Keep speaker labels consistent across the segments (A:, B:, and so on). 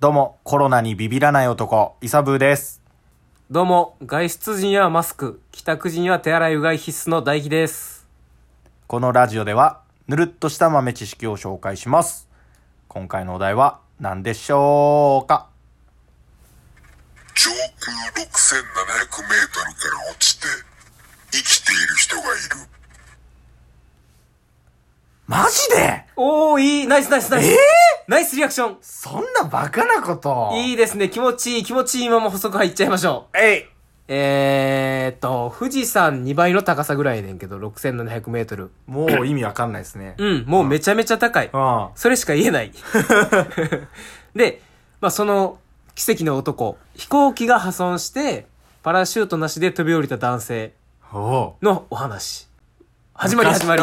A: どうも、コロナにビビらない男、イサブーです。
B: どうも、外出時にはマスク、帰宅時には手洗いうがい必須の大輝です。
A: このラジオでは、ぬるっとした豆知識を紹介します。今回のお題は何でしょうか
C: 上空6700メートルから落ちて生きている人がいる。
A: マジで
B: おー、いいナイスナイスナイス、ナイスリアクション
A: そんなバカなこと
B: いいですね、気持ちいい気持ちいいまま補足入っちゃいましょう。
A: えい
B: えーっと、富士山2倍の高さぐらいやねんけど、6700メートル。
A: もう意味わかんないですね。う
B: うん、もうめちゃめちゃ高い。
A: ん。
B: それしか言えない。 で、まあ、その奇跡の男、飛行機が破損して、パラシュートなしで飛び降りた男性
A: おう
B: のお話。始まり始まり。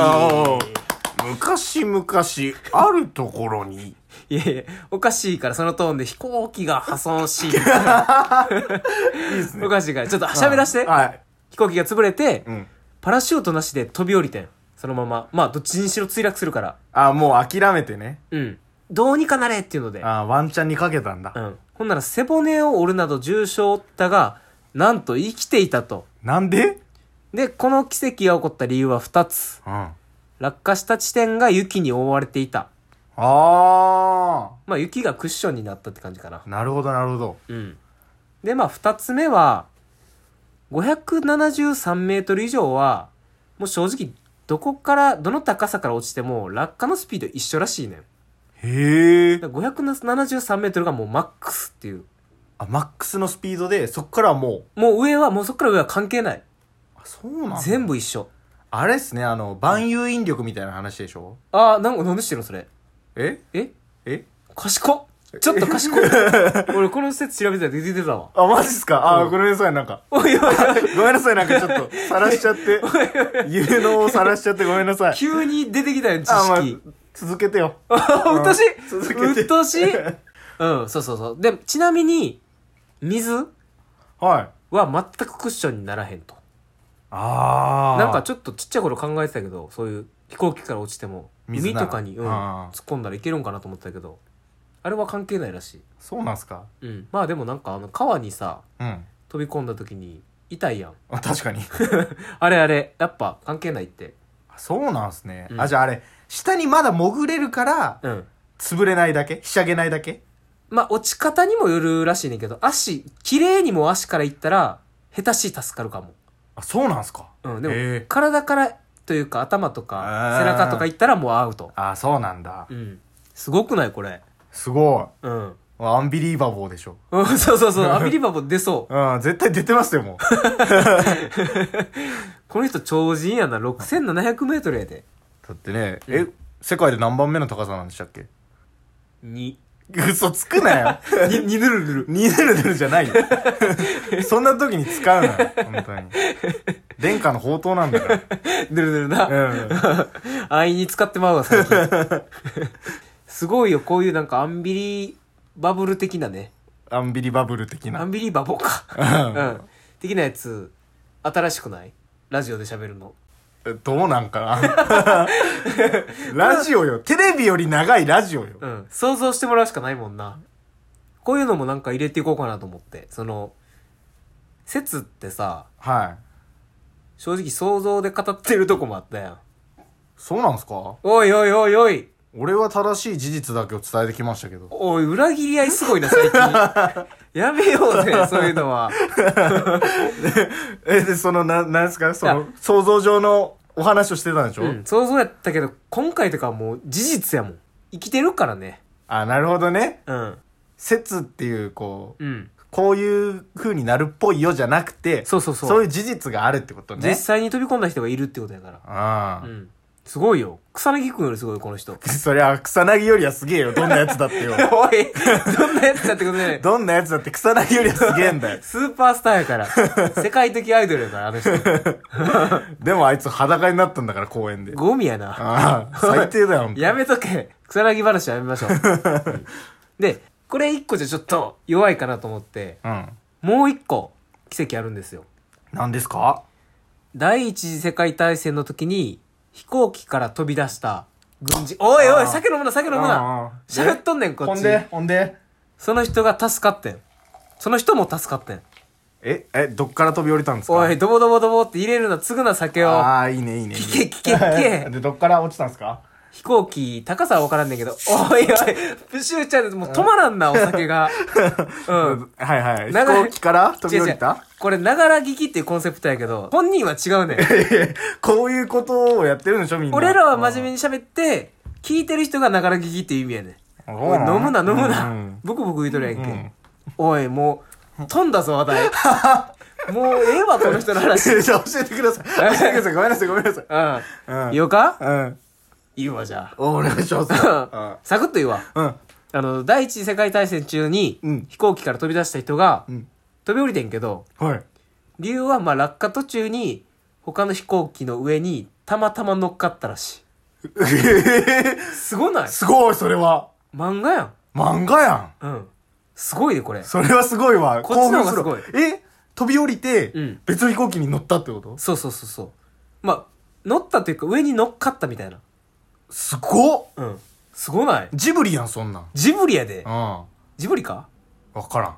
A: 昔昔々、あるところに、
B: いやいや、おかしいから、そのトーンで飛行機が破損し、おかしいから、ちょっと喋らして。
A: はい。
B: 飛行機が潰れて、
A: ん
B: パラシュートなしで飛び降りてん。そのまま。まあ、どっちにしろ墜落するから。
A: あ、もう諦めてね。
B: うん。どうにかなれっていうので。
A: あ、ワンチャンにかけたんだ
B: う。ん。ほんなら背骨を折るなど重傷を負ったが、なんと生きていたと。
A: なんで
B: で、この奇跡が起こった理由は2つ。
A: うん。あ
B: 落下した地点が雪に覆われていた。
A: あ
B: まあ、雪がクッションになったって感じかな。
A: ー。なるほど、なるほど。
B: うん。で、まあ、二つ目は、573メートル以上は、もう正直、どこから、どの高さから落ちても、落下のスピード一緒らしいねん。
A: へえ。
B: だから573メートルがもうマックスっていう。
A: あ、マックスのスピードで、そっからはもう、
B: もう上は、もうそこから上は関係ない。
A: あそうなん
B: 全
A: 部。
B: 部一緒。
A: あれっすね、あの、万有引力みたいな話でしょ
B: ああ、なんか、なんでしてるのそれ。
A: え
B: え
A: え
B: 賢っちょっと 賢い。俺、この説調べてたら出てたわ。
A: あ、マジっすかあ
B: う
A: ー、
B: ん
A: ごめんなさい、 なんか。
B: おいおいおい。
A: ごめんなさい、なんかちょっと、さらしちゃって。 有能をさらしちゃってごめんなさい。
B: 急に出てきたよ、知
A: あ、まあ
B: 識。、
A: 続けてよ。
B: うっとうしい
A: 続けて
B: うっとうしいうん、そうそうそう。で、ちなみに、水
A: はい。
B: は全くクッションにならへんと。
A: ああ。
B: なんかちょっとちっちゃい頃考えてたけど、そういう飛行機から落ちても、
A: 水
B: 海
A: なら
B: とかに、うん、
A: あ
B: 突
A: ー
B: っ込んだらいけるんかなと思ってたけど、あれは関係ないらしい。
A: そうなんすか
B: うん。まあでもなんかあの、川にさ、
A: うん。
B: 飛び込んだ時に、痛いやん。
A: あ確か に。
B: あれあれ、やっぱ関係ないって。
A: あそうなんすね。
B: うん
A: あ、じゃああれ、下にまだ潜れるから、
B: うん。
A: 潰れないだけひしゃげないだけ
B: まあ落ち方にもよるらしいねんけど、足、綺麗にも足から行ったら、下手しい助かるかも。
A: あ、そうなんすか
B: うん、で
A: へ
B: も
A: え、
B: 体からというか頭と
A: あ
B: か
A: ー
B: 背中とかいったらもうアウト。
A: あ、そうなんだ
B: う。ん。すごくないこれ。
A: すご
B: うん。
A: い。アンビリーバボーでしょ。
B: うん、そうそう そう。アビリバボ出そう。
A: うん、絶対出てますよ、 もう。
B: この人超人やな。6700メートルやで。
A: だってね、
B: ん
A: え、世界で何番目の高さなんでしたっけ
B: に。
A: 嘘つくな よ。
B: に、にぬるぬる。
A: にぬるぬるじゃないよ。 そんな時に使うなよ、本当に。殿下の宝刀なんだか
B: ぬるぬるな。
A: ら。 うん。
B: 安易に使ってまうわ、最近。 すごいよ。こういうなんかアンビリバブル的なね。
A: アンビリバブル的
B: ア
A: な。
B: ンビリバボか。うん。的なやつ、新しくないラジオで喋るの。
A: えどうなんかな ラジオよ。テレビより長いラジオよ。
B: うん。想像してもらうしかないもんな。こういうのもなんか入れていこうかなと思って。その、説ってさ、
A: はい。
B: 正直想像で語ってるとこもあったやん。
A: そうなんすか
B: おいおいおいおい
A: 俺は正しい事実だけを伝えてきましたけど。
B: おい、裏切り合いすごいな、最近。 やめようぜ、そういうのは。
A: え、で、その、な、なんですかそ
B: い
A: の、想像上のお話をしてたんでしょ、
B: うん、想像やったけど、今回とかはもう事実やもん。生きてるからね。
A: あ、なるほどね。
B: うん。
A: 説っていう、こう、
B: うん。
A: こういう風になるっぽいよじゃなくて、
B: そうそうそう
A: いう事実があるってことね。
B: 実際に飛び込んだ人がいるってことやから。
A: ああ、
B: うん。すごいよ。草薙くんよりすごい、この人。
A: そりゃ、草薙よりはすげえよ。どんなやつだってよ。
B: おい、どんなやつだってことね。
A: どんなやつだって草薙よりはすげえんだよ。
B: スーパースターやから。 世界的アイドルやから、あの人。
A: でもあいつ裸になったんだから、公園で。
B: ゴミやな。
A: ああ、最低だよ、ほんと
B: やめとけ。草薙話はやめ ましょう。うんで、これ一個じゃちょっと弱いかなと思って、
A: うん。
B: もう一個奇跡あるんですよ。
A: 何ですか
B: 第一次世界大戦の時に飛行機から飛び出した軍事、おいお
A: あ
B: い、
A: ー
B: 酒飲むな、酒飲む
A: あ
B: な。
A: ー
B: 喋っとんねん、こ
A: ほ
B: っ
A: ん
B: ち。
A: で、ほんで。
B: その人が助かってん。その人も助かってん。
A: え、え、どっから飛び降りたんですか
B: おい、ドボドボドボって入れるな、継ぐな、酒を。
A: ああ、いいね、いいね。いいね
B: 聞け聞け聞 け
A: で、どっから落ちたんですか
B: 飛行機、高さは分からんねんけど、おいおい、プシューちゃん、もう止まらんな、お 酒が。うん。
A: はいはい。飛
B: ながら
A: 行機から飛び降り
B: 違う違う
A: た
B: これ、ながら聞きっていうコンセプトやけど、本人は違うねん。
A: こういうことをやってるんでしょ、みんな。
B: 俺らは真面目に喋って、聞いてる人がながら聞きっていう意味やねん。
A: うん
B: おい、飲むな、飲む
A: うんう
B: な
A: ん。
B: ブクブク言うとるやんけ。
A: ん
B: おい、もう、飛んだぞ、話 題。もう、ええわ、この人の話。う。
A: えじゃあ教えてください。教えてください。ごめんなさい、ごめんなさい。うん ん
B: 言おうか
A: うん。
B: 言うわ、じゃ
A: お願いします。
B: あ。 サクッと言うわ。
A: うん。うん。
B: あの、第一次世界大戦中に
A: うん、
B: 飛行機から飛び出した人が
A: ん、
B: 飛び降りてんけど、
A: はい。
B: 理由は、まあ、落下途中に、他の飛行機の上に、たまたま乗っかったらしい。すごない
A: すごい、それは。
B: 漫画やん。
A: 漫画やん。
B: うん。すごいね、これ。
A: それはすごいわ。
B: こっちの方が
A: 興奮るわ。え飛び降りて
B: うん、
A: 別の飛行機に乗ったってこと
B: そうそうそうそう。まあ、乗ったというか、上に乗っかったみたいな。
A: すごっ
B: うん。すごない
A: ジブリやん、そんなん。
B: ジブリやで
A: うん。。わ
B: ジブリか
A: からん。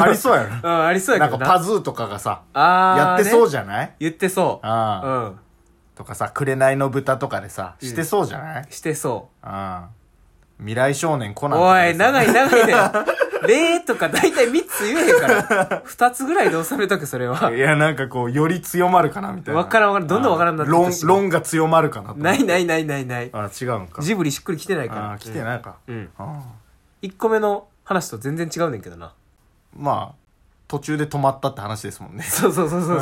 A: ありそうやろ。
B: うん、ありそう
A: な
B: や
A: ん
B: けど
A: か
B: な。
A: パズーとかがさ、
B: あー、
A: やってそう
B: じ
A: じゃない
B: 言ってそう。う
A: ああ。
B: ん。
A: とかさ、紅の豚とかでさ、してそうじゃない
B: してそう。
A: ああ。未来少年コナンとか
B: お
A: で
B: い、
A: さ
B: 長い長いね。例とか大体3つ言えへ んから。2つぐらいで収めとけ、それは。
A: いや、なんかこう、より強まるかなみたいな。
B: わからんわからんどんどんわからんなってきて
A: 論
B: し、まう
A: 論が強まるかなと
B: ないないないないない。
A: あ、違うんか。
B: ジブリしっくりきてないから。
A: あー来てないか。
B: うん。
A: あ
B: 1個目の話と全然違うねん けどな。
A: ーまあ、途中で止まったって話ですもんね。
B: そうそうそうそう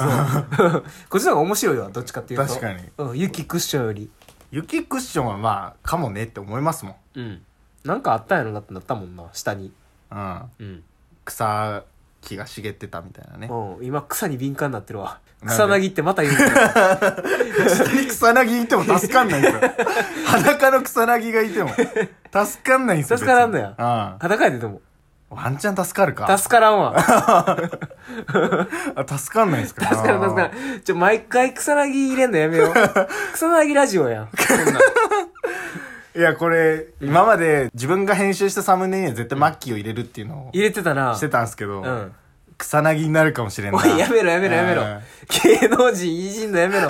B: そう。こっちの方が面白いわ、どっちかっていうと。
A: 確かに
B: うん、雪クッションより。
A: 雪クッションはまあ、かもねって思いますもん。
B: うん。なんかあったんやろなってなったもんな、下に。
A: うん。
B: うん。
A: 草木が茂ってたみたいなね。
B: うん、今草に敏感になってるわ。
A: なんで
B: 草薙ってまた言うけど。
A: 下に草薙いても助かんないん ですよ。裸の草薙がいても。助かんないんですよ。
B: 助からんのや
A: 別にう
B: 裸やででも。
A: ん。ワンチャン助かるか。
B: 助からんわ。
A: あ助かんないんですか
B: 助かる助かる。ちょ、毎回草薙入れんのや めよう。草薙ラジオやん。
A: いや、これ、今まで自分が編集したサムネには絶対マッキーを入れるっていうの
B: 入れてたな。
A: をしてたんですけど、
B: うん。
A: 草薙になるかもしれん
B: お
A: ない。
B: い、やめろやめろやめろ
A: うん。
B: 芸能人いじんのや めろ。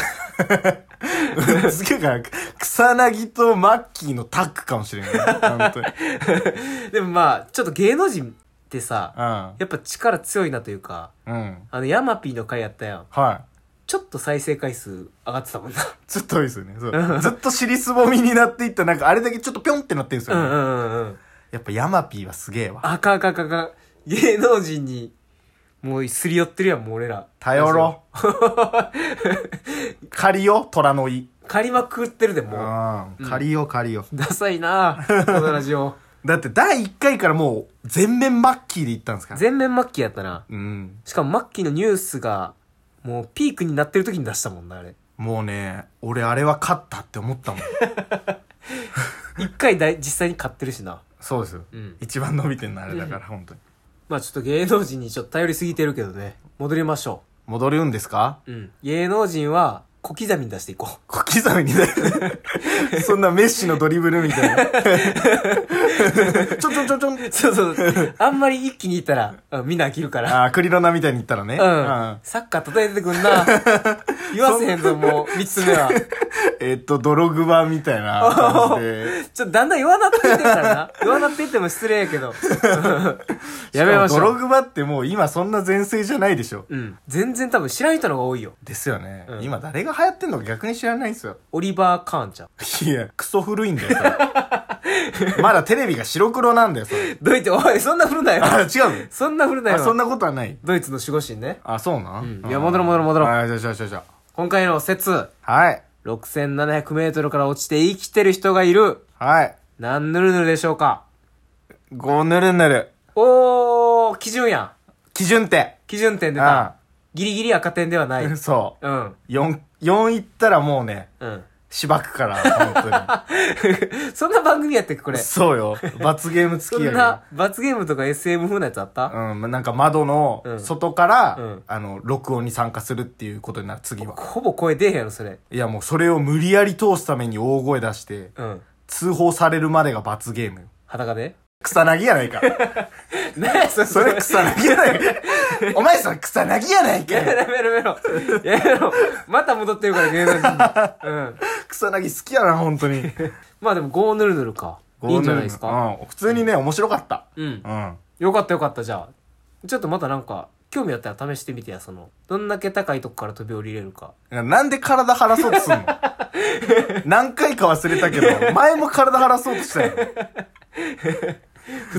A: すげえから、草薙とマッキーのタッグかもしれんない。本当に。
B: でもまあ、ちょっと芸能人ってさ、やっぱ力強いなというか、
A: うん。うん。
B: あの、ヤマピーの回やったやん。
A: はい。
B: ちょっと再生回数上がってたもんな。
A: ずっと多いですよね。そうずっと尻すぼみになっていった、なんかあれだけちょっとぴょんってなってるんです
B: う
A: よ、ね
B: んうんうんうん。
A: やっぱヤマピーはすげえわ。
B: あかんあかんあかんあかん。芸能人に、もうすり寄ってるやん、もう俺ら。
A: 頼ろ。 借りよ、虎の井。
B: 借りまくってるで、
A: う
B: も
A: ん。借りよ、借りよ。
B: う。ダサいな ぁ、このラジオ。
A: だって第1回からもう全面マッキーで行ったんですから。
B: 全面末期やったな。
A: うん。
B: しかも末期のニュースが、もうピークになってる時に出したもんな、あれ。
A: もうね、俺あれは勝ったって思 ったもん。
B: 一回だい実際に買ってるしな。
A: そうですよ。
B: うん
A: 一番伸びてるのあれだ から、本当に。
B: まあちょっと芸能人にちょっと頼りすぎてるけどね。戻りましょ
A: 戻るんですか
B: う。うん。芸能人は小刻みに出していこ
A: 小刻みにね。 そんなメッシのドリブルみたい な。ちょんちょんちょんちょん。
B: う。 そうそうそう。あんまり一気にいったら、あみんな飽きるから。
A: あー、クリロナみたいに言ったらね。
B: うん。サッカー叩いてくんな。言わせへんぞ、もう、三つ目は。
A: えっと、ドログバみたいな感じで。
B: ちょっとだんだん弱なっていってるからな。弱なっていっても失礼やけど。やめまし
A: かもド
B: ょ
A: ロ
B: う。
A: グバってもう今そんな全盛じゃないでしょ。
B: うん。全然多分知らん人の方が多いよ。
A: ですよね、
B: うん
A: 今誰が流行ってんのか逆に知らないんですよ。
B: オリバー・カーンちゃん。
A: いや、クソ古いんだよ、それ まだテレビが白黒なんだよ、それ。
B: どういて、おい、そんな振るなよ。
A: あ、違う
B: そんな振るな
A: のあ、
B: よ。
A: そんなことはない。
B: ドイツの守護神ね。
A: あ、そうなん、
B: うんいや戻ろう戻ろう戻ろう
A: はい、じゃあじゃあじゃあじゃ
B: 今回の説、
A: あはい。
B: 6700メートルから落ちて生きてる人がいる。
A: はい。
B: 何ぬるぬるでしょうか
A: ごぬるぬる。
B: おー、基準やん。
A: 基準点。
B: 基準点出
A: ああ
B: た。ギリギリ赤点では ない。うん。
A: そうう。4、4行ったらもうね、
B: ん。
A: しばくから、本
B: そんな番組やってく
A: 当
B: これ
A: に。。そうよ。罰ゲーム付
B: そ
A: きやけ
B: ん
A: ど
B: な罰ゲームとか SM 風なやつあった、
A: うん、なんか窓の
B: うん
A: 外から、
B: うん
A: あの、録音に参加するっていうことになる、次は。
B: ほぼ声出えへんやろ、それ。
A: いや、もうそれを無理やり通すために大声出して、
B: うん。
A: 通報されるまでが罰ゲームよ。
B: 裸で
A: 草薙やないか。
B: 何 やそれ
A: それ草薙やない か。お前それ草薙やないか
B: やめ
A: よ。
B: ろやめろやめろ。やめろ。また戻ってるから芸能人 に。うん。
A: 草薙好きやな、本 当に。
B: まあでも、ゴーヌルヌルか。いいんじゃないですか。
A: うん。普通にね、面白かった。
B: うん。
A: うん。
B: よかったよかった、じゃあ。ちょっとまたなんか、興味あったら試してみてや、その、どんだけ高いとこから飛び降りれるか。
A: なんで体晴らそうとすんの何回か忘れたけど、前も体晴らそうとした よ。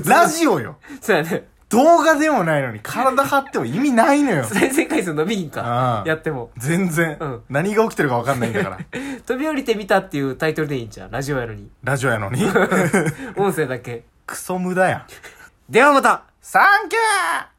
A: ラジオよ。
B: そうやね。
A: 動画でもないのに体張っても意味ない のよ。
B: 再生回数伸びひんか
A: あ。あ
B: やっても。
A: 全然、
B: うん
A: 何が起きてるか分かんないんだから。
B: 飛び降りてみたっていうタイトルでいいんじゃん。ラジオやのに。
A: ラジオや のに。
B: 音声だけ。
A: クソ無駄やん。
B: ではまた
A: サンキュー